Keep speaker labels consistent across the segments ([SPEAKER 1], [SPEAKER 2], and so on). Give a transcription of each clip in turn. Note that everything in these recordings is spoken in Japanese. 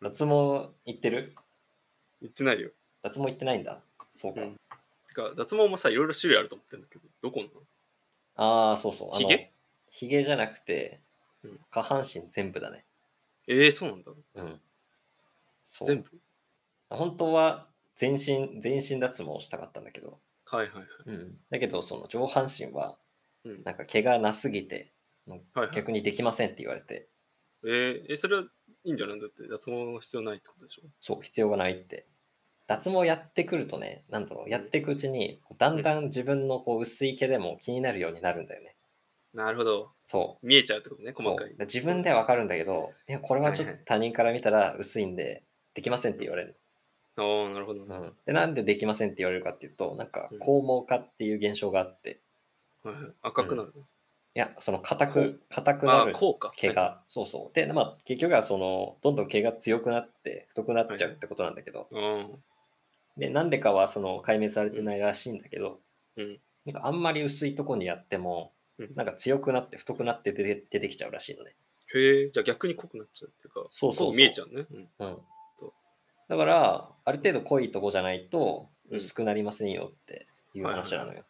[SPEAKER 1] 脱毛行ってる
[SPEAKER 2] 言ってないよ。
[SPEAKER 1] 脱毛行ってないんだ。そうか。
[SPEAKER 2] うんてか、脱毛もさ、いろいろ種類あると思ってんだけど、どこなの
[SPEAKER 1] ああ、そうそう。あの
[SPEAKER 2] ひげ
[SPEAKER 1] ひげじゃなくて
[SPEAKER 2] うん、
[SPEAKER 1] 下半身全部だね。
[SPEAKER 2] ええそうなんだ。
[SPEAKER 1] うん。そう
[SPEAKER 2] 全部
[SPEAKER 1] 本当は全身、全身脱毛をしたかったんだけど、
[SPEAKER 2] はいはいはい。
[SPEAKER 1] うん、だけど、その上半身は
[SPEAKER 2] うん、
[SPEAKER 1] なんか毛がなすぎて、
[SPEAKER 2] はいはい、
[SPEAKER 1] 逆にできませんって言われて、
[SPEAKER 2] えーえそれはいいんじゃないだって脱毛の必要ないってことでしょ
[SPEAKER 1] そう、必要がないって。脱毛やってくるとね、なんだろう、やっていくうちに、だんだん自分のこう薄い毛でも気になるようになるんだよね。
[SPEAKER 2] なるほど
[SPEAKER 1] そう。
[SPEAKER 2] 見えちゃうってことね細
[SPEAKER 1] そう
[SPEAKER 2] かい
[SPEAKER 1] だ自分ではわかるんだけど、いや、これはちょっと他人から見たら薄いんで、できませんって言われる。
[SPEAKER 2] ああなるほど、
[SPEAKER 1] う
[SPEAKER 2] ね
[SPEAKER 1] ん、で、なんでできませんって言われるかっていうと、なんか
[SPEAKER 2] うん、
[SPEAKER 1] 肛毛化っていう現象があって、
[SPEAKER 2] はいはい、赤くなる、
[SPEAKER 1] いや、その硬く、硬く
[SPEAKER 2] あ
[SPEAKER 1] な
[SPEAKER 2] あ
[SPEAKER 1] る
[SPEAKER 2] こうか
[SPEAKER 1] 毛
[SPEAKER 2] はい
[SPEAKER 1] が、そうそう。で、まあ、結局は、その、どんどん毛が強くなって、太くなっちゃうってことなんだけど、
[SPEAKER 2] うん
[SPEAKER 1] で、なんでかはその解明されてないらしいんだけど、
[SPEAKER 2] うん
[SPEAKER 1] なんかあんまり薄いとこにやっても、
[SPEAKER 2] うん
[SPEAKER 1] なんか強くなって太くなって出て出てきちゃうらしいのね。
[SPEAKER 2] へえじゃあ逆に濃くなっちゃうっていうか
[SPEAKER 1] そうそうそう
[SPEAKER 2] 濃見えちゃうね、うん、
[SPEAKER 1] うん
[SPEAKER 2] そう、
[SPEAKER 1] だから、ある程度濃いとこじゃないと
[SPEAKER 2] うん
[SPEAKER 1] 薄くなりませんよっていう話なのよ。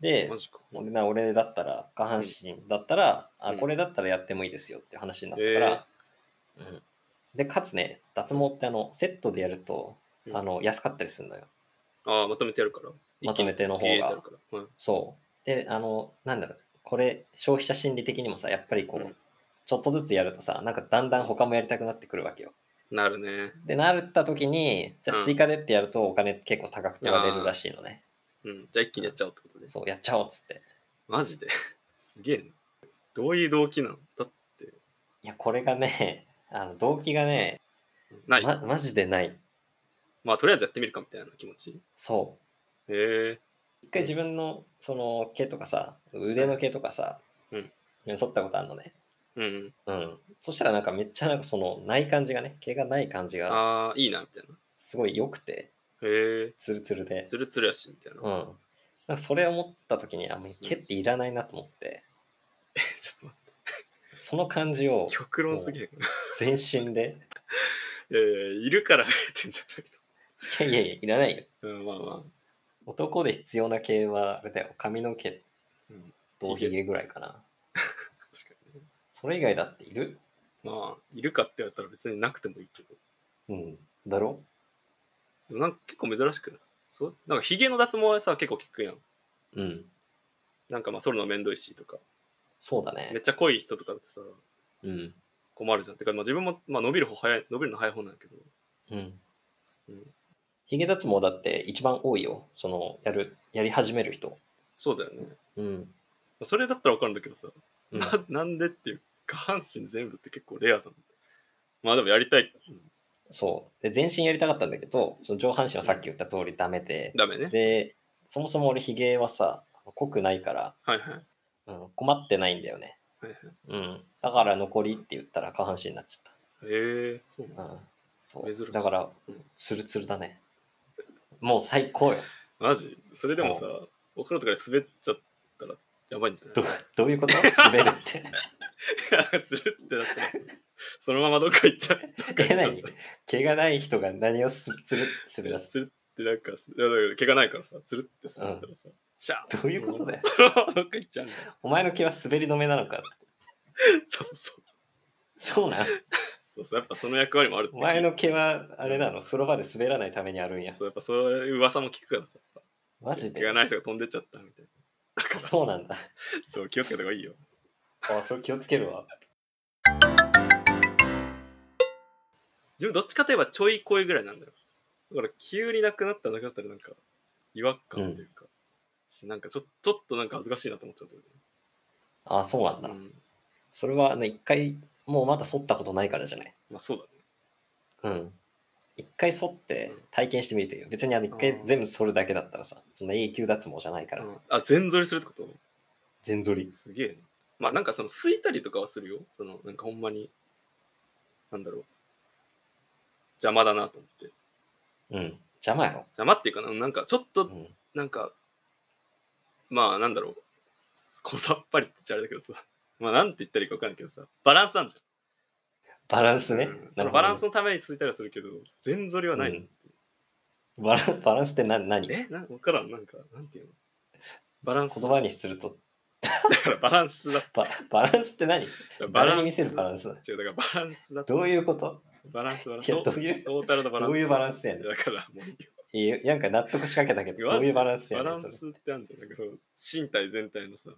[SPEAKER 1] で
[SPEAKER 2] マ、ジか
[SPEAKER 1] 俺な俺だったら、下半身だったら、あ、
[SPEAKER 2] うん
[SPEAKER 1] これだったらやってもいいですよって話になったから、うん、で、かつね、脱毛ってあのセットでやると、
[SPEAKER 2] うん
[SPEAKER 1] あの安かったりするのよ。
[SPEAKER 2] ああまとめてやるから
[SPEAKER 1] まとめての方が
[SPEAKER 2] 一気に入れてやるから、うん、
[SPEAKER 1] そう。で、あの、なんだろう、これ、消費者心理的にもさ、やっぱりこう、
[SPEAKER 2] うん
[SPEAKER 1] ちょっとずつやるとさ、なんかだんだん他もやりたくなってくるわけよ。
[SPEAKER 2] なるね
[SPEAKER 1] で、なった時に、じゃ
[SPEAKER 2] う
[SPEAKER 1] あ
[SPEAKER 2] ん
[SPEAKER 1] 追加でってやるとお金結構高く取られるらしいのね。
[SPEAKER 2] うんじゃあ一気にやっちゃうってことです
[SPEAKER 1] そう、やっちゃおうっつって。
[SPEAKER 2] マジで すげえなどういう動機なのだ
[SPEAKER 1] いや、これがね、 あの動機がね、
[SPEAKER 2] ない、ま
[SPEAKER 1] ま、マジでない。
[SPEAKER 2] あとりあえずやってみるかみたいな気持ち
[SPEAKER 1] そ
[SPEAKER 2] へえ
[SPEAKER 1] う。一回自分の、その、毛とかさ、腕の毛とかさ、
[SPEAKER 2] うん
[SPEAKER 1] 剃ったことあるのね。
[SPEAKER 2] うん
[SPEAKER 1] うん。そしたらなんかめっちゃなんかその、ない感じがね、毛がない感じが、
[SPEAKER 2] ああいいなみたいな
[SPEAKER 1] すごい良くて、
[SPEAKER 2] へえ
[SPEAKER 1] ツルツルで。
[SPEAKER 2] ツルツルやしみた いな、
[SPEAKER 1] うん、なんかそれを思った時にあもう毛っていらないなと思って
[SPEAKER 2] ちょっと待
[SPEAKER 1] その感じを
[SPEAKER 2] って、極論すげえ。
[SPEAKER 1] 全身で
[SPEAKER 2] えー、いるから生えてんじ
[SPEAKER 1] いやいやいやいらないよ
[SPEAKER 2] ゃないの。うん、まあま
[SPEAKER 1] 男で必要な毛はあれだよ髪の毛
[SPEAKER 2] うん
[SPEAKER 1] とひげぐらいかな
[SPEAKER 2] あ、確かにね。
[SPEAKER 1] それ以外だっている
[SPEAKER 2] まあ、いるかって言われたら別になくてもいいけど。
[SPEAKER 1] うんだろ
[SPEAKER 2] でもなんか結構珍しくないそうなんかヒゲの脱毛はさ、結構効くやん。
[SPEAKER 1] うん
[SPEAKER 2] なんかまあ、剃るのめんどいしとか。
[SPEAKER 1] そうだ
[SPEAKER 2] めっ
[SPEAKER 1] ね
[SPEAKER 2] ちゃ濃い人とかだとさ、
[SPEAKER 1] うん
[SPEAKER 2] 困るじゃん。てか、まあ自分も、まあ、伸びる方早い、伸びるの早い方なんだけど。
[SPEAKER 1] うん
[SPEAKER 2] うん、
[SPEAKER 1] ひげ脱毛だって一番多いよそのやるやり始める人
[SPEAKER 2] そうだよね。ま
[SPEAKER 1] うん、
[SPEAKER 2] あそれだったらわかるんだけどさ、
[SPEAKER 1] うん、
[SPEAKER 2] ななんでっていう、下半身全部って結構レアだもん。まあでもやりたい。うん
[SPEAKER 1] そうで全身やりたかったんだけどその上半身はさっき言った通りダメで、
[SPEAKER 2] ダメね。
[SPEAKER 1] で、そもそも俺ヒゲはさ、濃くないから、
[SPEAKER 2] はいはい。はい
[SPEAKER 1] うん、困ってないんだよね。
[SPEAKER 2] はい。
[SPEAKER 1] うん。だから残りって言ったら下半身になっちゃっ
[SPEAKER 2] えー、そうなんだ
[SPEAKER 1] た。うん。そう。
[SPEAKER 2] 珍しい
[SPEAKER 1] だから
[SPEAKER 2] うん、
[SPEAKER 1] ツルツルだね。もう最高よ。
[SPEAKER 2] マジそれでもさ、お風呂とかで滑っちゃったらやばいんじゃない
[SPEAKER 1] どどういうこと滑るって。
[SPEAKER 2] つるってなってますそのままどっか行っちゃう。どっか行っちゃ う
[SPEAKER 1] え毛がない人が何をすつる滑らす。
[SPEAKER 2] つるってなんか、いやだから毛がないからさ、つるって滑ったらさ、シャー
[SPEAKER 1] どういうことだよ
[SPEAKER 2] そのままどっか行っちゃうんだよ。
[SPEAKER 1] お前の毛は滑り止めなのか。
[SPEAKER 2] そうそうそう。
[SPEAKER 1] そうなん。
[SPEAKER 2] そうそう、やっぱその役割もあるって
[SPEAKER 1] お
[SPEAKER 2] 聞い
[SPEAKER 1] 前の毛はあれなの。風呂場で滑らないためにあるんや。
[SPEAKER 2] そう、やっぱそういう噂も聞くからさ。
[SPEAKER 1] マジ
[SPEAKER 2] 毛
[SPEAKER 1] で
[SPEAKER 2] が。ない人が飛んでっちゃったみたい
[SPEAKER 1] あそうなんだ。
[SPEAKER 2] な。そう、気をつけた方がいいよ。
[SPEAKER 1] あ、それ気をつけるわ。
[SPEAKER 2] 自分どっちかといえばちょい濃いぐらいなんだよ。だから急になくなったらなくなったらなんか違和感というか、しなんかちょちょっとなんか恥ずかしいなと思っちゃうんだよね
[SPEAKER 1] あ、そうなんだ。
[SPEAKER 2] うん
[SPEAKER 1] それはあの一回もうまだ剃ったことないからじゃない
[SPEAKER 2] まあそうだね。
[SPEAKER 1] うん一回剃って
[SPEAKER 2] うん
[SPEAKER 1] 体験してみるという別にあの一回
[SPEAKER 2] あー
[SPEAKER 1] 全部剃るだけだったらさその永久脱毛じゃないから
[SPEAKER 2] うんあ、全剃りするってこと
[SPEAKER 1] 全剃り
[SPEAKER 2] すげえな。まあなんかそのすいたりとかはするよ。そのなんかほんまに、なんだろう。邪魔だなと思って。
[SPEAKER 1] うん邪魔やろ
[SPEAKER 2] 邪魔っていうかな、なんかちょっと
[SPEAKER 1] う、ん
[SPEAKER 2] なんか、まあなんだろう。小ざっぱりって言っちゃあれだけどさ。まあなんて言ったらいいかわかんないけどさ。バランスなんじゃん。
[SPEAKER 1] バランスね。
[SPEAKER 2] うん
[SPEAKER 1] なる
[SPEAKER 2] その
[SPEAKER 1] ほど
[SPEAKER 2] バランスのためについたりはするけど、全反りはないの。
[SPEAKER 1] うんバランバランスって何何言
[SPEAKER 2] えなんわからん、なんか、なんていうのバランス。だ
[SPEAKER 1] 葉にすると
[SPEAKER 2] からバランスだ。
[SPEAKER 1] ババランスって何誰に見せるバラ
[SPEAKER 2] ン
[SPEAKER 1] ンス
[SPEAKER 2] ス。違う、だからバランスだ。
[SPEAKER 1] どういうこと
[SPEAKER 2] バランスバランス。
[SPEAKER 1] いや
[SPEAKER 2] ト
[SPEAKER 1] どういう
[SPEAKER 2] トータルのバランス。
[SPEAKER 1] どういうバランスやねん
[SPEAKER 2] だから、もういいよ
[SPEAKER 1] いやなんか納得しかけたけど、どういうバランスや
[SPEAKER 2] バ
[SPEAKER 1] ね
[SPEAKER 2] ラ
[SPEAKER 1] ん
[SPEAKER 2] ン
[SPEAKER 1] それ
[SPEAKER 2] スってあるんじゃん。なんかその身体全体のさ。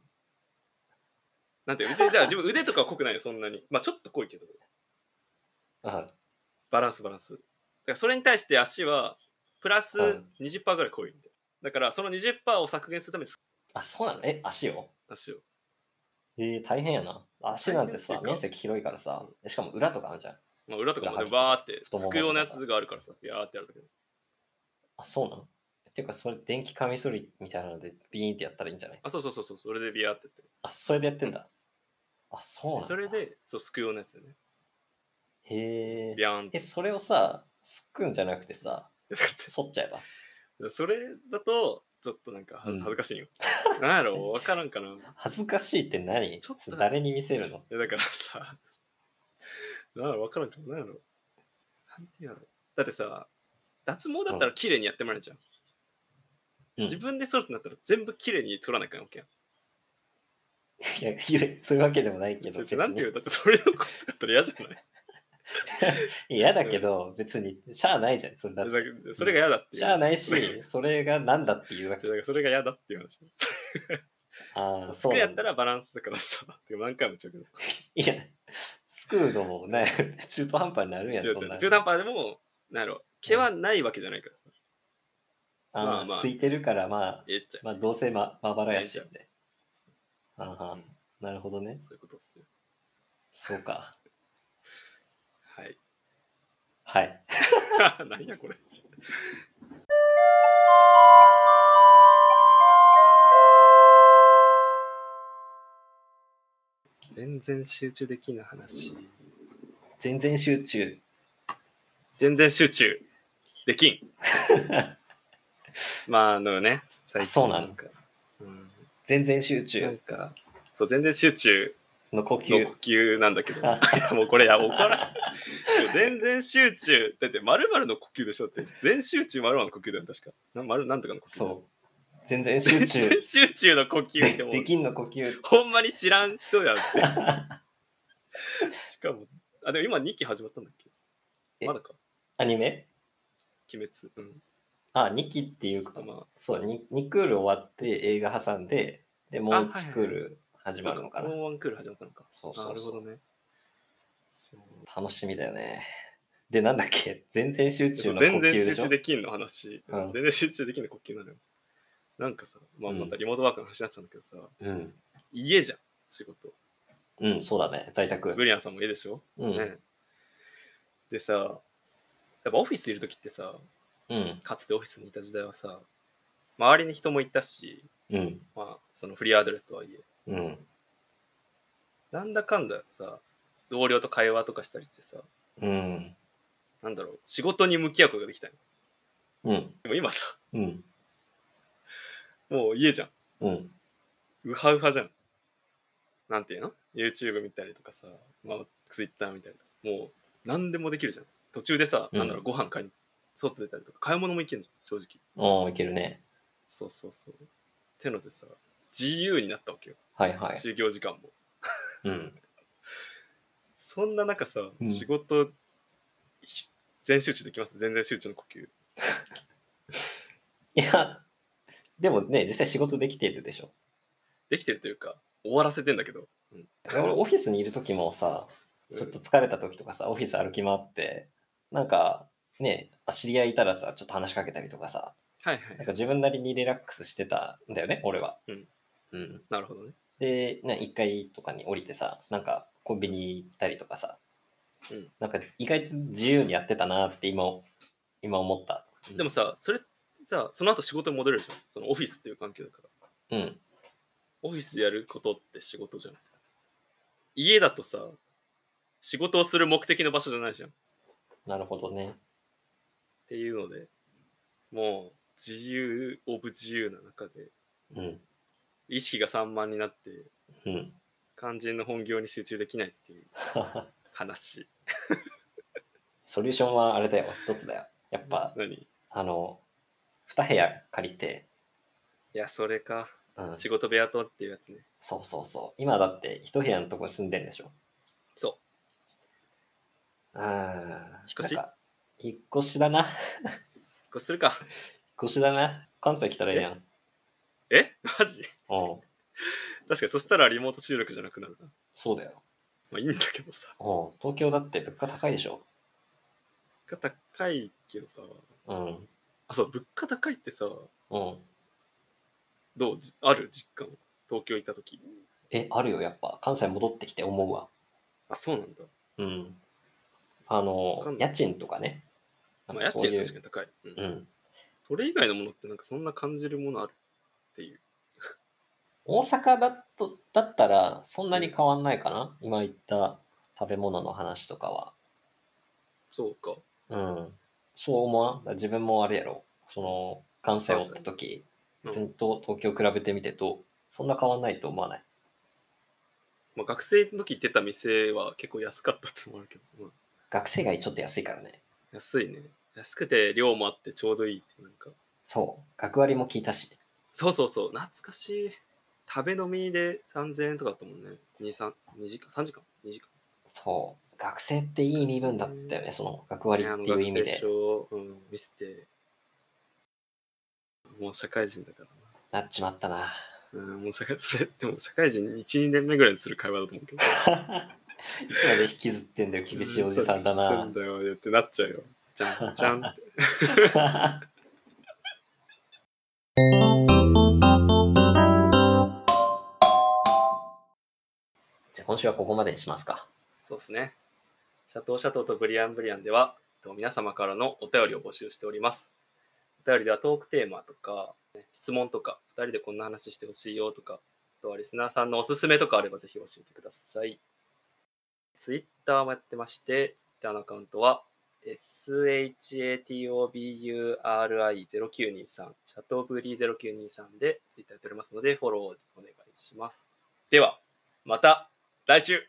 [SPEAKER 2] なんていうの別にじゃあ自分腕とかは濃くないよ、そんなに。まあちょっと濃いけど、
[SPEAKER 1] あ
[SPEAKER 2] バランスバランス。だからそれに対して足は、プラス
[SPEAKER 1] うん
[SPEAKER 2] 20%ぐらい濃いみたいな。だからその20%を削減するために
[SPEAKER 1] あ、そうなのえ、足を
[SPEAKER 2] 足を。
[SPEAKER 1] えー、大変やな。足なんて
[SPEAKER 2] 大変
[SPEAKER 1] さ
[SPEAKER 2] っ、ていうか
[SPEAKER 1] 面積広いからさ、しかも裏とかあるじゃん。
[SPEAKER 2] まあ、裏とかも
[SPEAKER 1] 裏吐
[SPEAKER 2] ね
[SPEAKER 1] き
[SPEAKER 2] バーって
[SPEAKER 1] 太もも
[SPEAKER 2] つくようなやつがあるからさ、ビャーってやるとき
[SPEAKER 1] あ、そうなのていうか、それ電気カミソリみたいなのでビーンってやったらいいんじゃない
[SPEAKER 2] あ、そうそうそうそう、それでビャーってやってる
[SPEAKER 1] あ、それでやってんだ。あ、そうなんだ。
[SPEAKER 2] それ。で、そう、すくようなやつだね。
[SPEAKER 1] へ
[SPEAKER 2] ビ
[SPEAKER 1] え。
[SPEAKER 2] ャーンって。
[SPEAKER 1] え、それをさ、すくんじゃなくてさ、
[SPEAKER 2] だから
[SPEAKER 1] 反っちゃえば。
[SPEAKER 2] それだと、ちょっとなんかは
[SPEAKER 1] うん
[SPEAKER 2] 恥ずかしいよ。 なんやろわからんかな。い
[SPEAKER 1] 恥ずかしいって何
[SPEAKER 2] ちょっと
[SPEAKER 1] 誰に見せるの
[SPEAKER 2] やだからさ、 なんやろわからんかな。なんやろなんてやろだってさ、脱毛だったら綺麗にやってもらえるじゃん。
[SPEAKER 1] うん
[SPEAKER 2] 自分で剃るってなったら全部綺麗に取らなきゃいけんわけや
[SPEAKER 1] い
[SPEAKER 2] ん。
[SPEAKER 1] や、いやそういうわけでもないけど、
[SPEAKER 2] ちょ
[SPEAKER 1] 別
[SPEAKER 2] ちょなんていう
[SPEAKER 1] に
[SPEAKER 2] のだってそれ残しかったら嫌じゃない
[SPEAKER 1] 嫌だけど、別に、しゃあないじゃん。そんな
[SPEAKER 2] だからそれが嫌だっていう。
[SPEAKER 1] しゃあ ないし
[SPEAKER 2] それが、
[SPEAKER 1] それがなんだっていうわ
[SPEAKER 2] じ
[SPEAKER 1] け。
[SPEAKER 2] ゃあだからそれが嫌だっていう話。
[SPEAKER 1] あ
[SPEAKER 2] そ
[SPEAKER 1] あ、
[SPEAKER 2] う
[SPEAKER 1] そ
[SPEAKER 2] そうれ
[SPEAKER 1] な
[SPEAKER 2] や
[SPEAKER 1] ん
[SPEAKER 2] っ
[SPEAKER 1] だ
[SPEAKER 2] た。らバランスだからさ、てか何回も言っちゃうけど。
[SPEAKER 1] いや、救うのもね、 中途半端になるやん、
[SPEAKER 2] 違う
[SPEAKER 1] そん
[SPEAKER 2] 違
[SPEAKER 1] な
[SPEAKER 2] う。。中途半端でも、なんやろ、毛はないわけじゃないからさ。
[SPEAKER 1] あー
[SPEAKER 2] まあまあ
[SPEAKER 1] 空いてるから、まあ、
[SPEAKER 2] えっちゃう。
[SPEAKER 1] まあ、どうせままばらやし
[SPEAKER 2] ええ
[SPEAKER 1] みたいな。あは
[SPEAKER 2] うん
[SPEAKER 1] なるほどね。
[SPEAKER 2] そういうことっすよ。
[SPEAKER 1] そうか。
[SPEAKER 2] はい。
[SPEAKER 1] はい。
[SPEAKER 2] 何やこれ。全然集中できない話。
[SPEAKER 1] 全然集中。
[SPEAKER 2] 全然集中できん。まあ、あのね、最
[SPEAKER 1] あそうなの
[SPEAKER 2] んか。うん
[SPEAKER 1] 全然集
[SPEAKER 2] なん
[SPEAKER 1] 中
[SPEAKER 2] か、そう、全然集中
[SPEAKER 1] の呼
[SPEAKER 2] の
[SPEAKER 1] 吸
[SPEAKER 2] 呼。吸なんだけど、いやもうこれや、怒らん。全然集中、だって、まるの呼吸でしょって、全集中まるの呼吸だよ、確か。なまるなんとかの呼吸。
[SPEAKER 1] そう。全然集
[SPEAKER 2] 全
[SPEAKER 1] 中
[SPEAKER 2] 然。集中の呼吸って
[SPEAKER 1] で
[SPEAKER 2] もう
[SPEAKER 1] できんの呼吸。
[SPEAKER 2] ほんまに知らん人 やって。しかも、あ、でも今2期始まったんだっけ
[SPEAKER 1] え
[SPEAKER 2] まだか、
[SPEAKER 1] アニメ
[SPEAKER 2] 鬼滅。うん。
[SPEAKER 1] あ、2期っていう
[SPEAKER 2] ちょっ
[SPEAKER 1] か
[SPEAKER 2] と、ま
[SPEAKER 1] そう2、2クール終わって映画挟んで、で、も
[SPEAKER 2] あは
[SPEAKER 1] う
[SPEAKER 2] いはい
[SPEAKER 1] 1クール
[SPEAKER 2] あ、
[SPEAKER 1] 始ま
[SPEAKER 2] そう
[SPEAKER 1] るのかな。
[SPEAKER 2] もうワンクール始まったのか。
[SPEAKER 1] そう
[SPEAKER 2] な
[SPEAKER 1] そう
[SPEAKER 2] るほ
[SPEAKER 1] そ
[SPEAKER 2] ど
[SPEAKER 1] う。
[SPEAKER 2] ね。そう
[SPEAKER 1] 楽しみだよね。で、なんだっけ全然集中の呼
[SPEAKER 2] 全
[SPEAKER 1] 吸
[SPEAKER 2] 然
[SPEAKER 1] で
[SPEAKER 2] 集
[SPEAKER 1] しょ
[SPEAKER 2] 中できんの話、
[SPEAKER 1] うん
[SPEAKER 2] 全然集中できんの呼吸なのよなんかさ、まあ、
[SPEAKER 1] うん
[SPEAKER 2] またリモートワークの話になっちゃうんだけどさ、
[SPEAKER 1] うん。
[SPEAKER 2] 家じゃん仕事
[SPEAKER 1] うん、そうだね。在宅。
[SPEAKER 2] ブリアンさんも家でしょ、
[SPEAKER 1] うん。
[SPEAKER 2] ねでさやっぱオフィスいる時ってさ
[SPEAKER 1] うん。
[SPEAKER 2] かつてオフィスにいた時代はさ周りに人もいたし、
[SPEAKER 1] うん。
[SPEAKER 2] まあ、そのフリーアドレスとはいえ
[SPEAKER 1] うん。
[SPEAKER 2] なんだかんださ同僚と会話とかしたりしてさ
[SPEAKER 1] うん。
[SPEAKER 2] なんだろう仕事に向き合うことができたよ
[SPEAKER 1] うん。
[SPEAKER 2] でも今さ
[SPEAKER 1] うん。
[SPEAKER 2] もう家じゃん
[SPEAKER 1] うん。
[SPEAKER 2] ウハウハじゃん。なんていうの ?YouTube 見たりとかさ、まあ、Twitter 見たりとか、もう何でもできるじゃん。途中でさ、
[SPEAKER 1] うん
[SPEAKER 2] なんだろう、ご飯買いに、外出たりとか、買い物も行けんじゃん、正直。
[SPEAKER 1] おー、いけるね。
[SPEAKER 2] そうそうそう。てのでさ、自由になったわけよ、
[SPEAKER 1] はいはい。
[SPEAKER 2] 就業時間も。
[SPEAKER 1] うん。
[SPEAKER 2] そんな中さ、
[SPEAKER 1] うん
[SPEAKER 2] 仕事、ひ全集中できます全然集中の呼吸。
[SPEAKER 1] いや、でもね、実際仕事できてるで しょ。
[SPEAKER 2] できてるというか、終わらせてんだけど。うん
[SPEAKER 1] 俺、オフィスにいる時もさ、ちょっと疲れた時とかさ、オフィス歩き回って、なんか、ね、あ知り合いいたらさ、ちょっと話しかけたりとかさ、
[SPEAKER 2] はいは
[SPEAKER 1] なん
[SPEAKER 2] い。
[SPEAKER 1] か自分なりにリラックスしてたんだよね、俺は。
[SPEAKER 2] うん。
[SPEAKER 1] うん。
[SPEAKER 2] なるほどね。
[SPEAKER 1] で、ね、1階とかに降りてさ、なんかコンビニ行ったりとかさ、
[SPEAKER 2] うん
[SPEAKER 1] なんか意外と自由にやってたなって今、今思った。
[SPEAKER 2] でもさ、それさ、その後仕事に戻れるじゃん。そのオフィスっていう環境だから。
[SPEAKER 1] うん、
[SPEAKER 2] オフィスでやることって仕事じゃん。家だとさ、仕事をする目的の場所じゃないじゃん。っ
[SPEAKER 1] なるほどね。
[SPEAKER 2] ていうので、もう自由オブ自由な中で、
[SPEAKER 1] うん、
[SPEAKER 2] 意識が散漫になって、
[SPEAKER 1] うん。
[SPEAKER 2] 肝心の本業に集中できないっていう話。
[SPEAKER 1] ソリューションはあれだよ、一つだよ。やっぱ、
[SPEAKER 2] 何い
[SPEAKER 1] あの、2部屋借りて、
[SPEAKER 2] や、それか。
[SPEAKER 1] うん、
[SPEAKER 2] 仕事部屋とっていうやつね。
[SPEAKER 1] そうそうそう。今だって一部屋のとこ住んでんでしょ。
[SPEAKER 2] そ
[SPEAKER 1] うん。引
[SPEAKER 2] っ越し
[SPEAKER 1] 引っ越しだな。引っ
[SPEAKER 2] う。引っ越しするか。
[SPEAKER 1] 越しだな。関西来たらいいやん。
[SPEAKER 2] えマジ
[SPEAKER 1] うん。
[SPEAKER 2] 確かにそしたらリモート収録じゃなくなるな。
[SPEAKER 1] そうだよ。
[SPEAKER 2] まあいいんだけどさ。
[SPEAKER 1] うん。東京だって物価高いでしょ。
[SPEAKER 2] 物価高いけどさ。
[SPEAKER 1] うん。
[SPEAKER 2] あ、そう、物価高いってさ、
[SPEAKER 1] うん。
[SPEAKER 2] どうじある実感。東京行った時。
[SPEAKER 1] え、あるよ、やっぱ。関西戻ってきて思うわ。
[SPEAKER 2] あ、そうなんだ。
[SPEAKER 1] うん。あの
[SPEAKER 2] 関、
[SPEAKER 1] 家賃とかね。
[SPEAKER 2] まあ家
[SPEAKER 1] そうい
[SPEAKER 2] 賃
[SPEAKER 1] う
[SPEAKER 2] は確かに高い。うん
[SPEAKER 1] うん。
[SPEAKER 2] それ以外のものってなんかそんな感じるものあるっていう。
[SPEAKER 1] 大阪だと、だったら、そんなに変わんないかな。今言った食べ物の話とかは。
[SPEAKER 2] そうか。
[SPEAKER 1] うん、そう思わんだから自分もあれやろその関西を追った時
[SPEAKER 2] うん
[SPEAKER 1] ずっと東京比べてみてとそんな変わんないと思わない
[SPEAKER 2] まあ、学生の時出た店は結構安かったってのもあるけど、まあ
[SPEAKER 1] 学生街ちょっと安いからね
[SPEAKER 2] 安いね。安くて量もあってちょうどいいってなんか。
[SPEAKER 1] そう学割も聞いたし
[SPEAKER 2] そうそうそう、懐かしい。食べ飲みで3000円とかだったもんね。2、3、2時間 ?3 時間 ?2 時間。
[SPEAKER 1] そう学生っていい身分だったよねその学割っていう意味
[SPEAKER 2] ねあの学生
[SPEAKER 1] で
[SPEAKER 2] 証うん、見せて。もう社会人だから
[SPEAKER 1] なっちまったな
[SPEAKER 2] な。うん、もう社会、それ、でも社会人1、2年目ぐらいにする会話だと思うけど。
[SPEAKER 1] いつまで引きずってんだよ厳しいおじさんだ
[SPEAKER 2] そう
[SPEAKER 1] な
[SPEAKER 2] なんだよってなっちゃうよ。じゃんじゃんって。
[SPEAKER 1] じゃあ今週はここまでにしますか
[SPEAKER 2] そうですね。シャトーシャトーとブリアンブリアンでは、えっと皆様からのお便りを募集しております。お便りではトークテーマとか、ね質問とか、2人でこんな話してほしいよとか、あとはリスナーさんのおすすめとかあればぜひ教えてください。ツイッターもやってまして、ツイッターのアカウントは、shatoburi0923、シャトーブリー0923でツイッターやっておりますので、フォローお願いします。では、また来週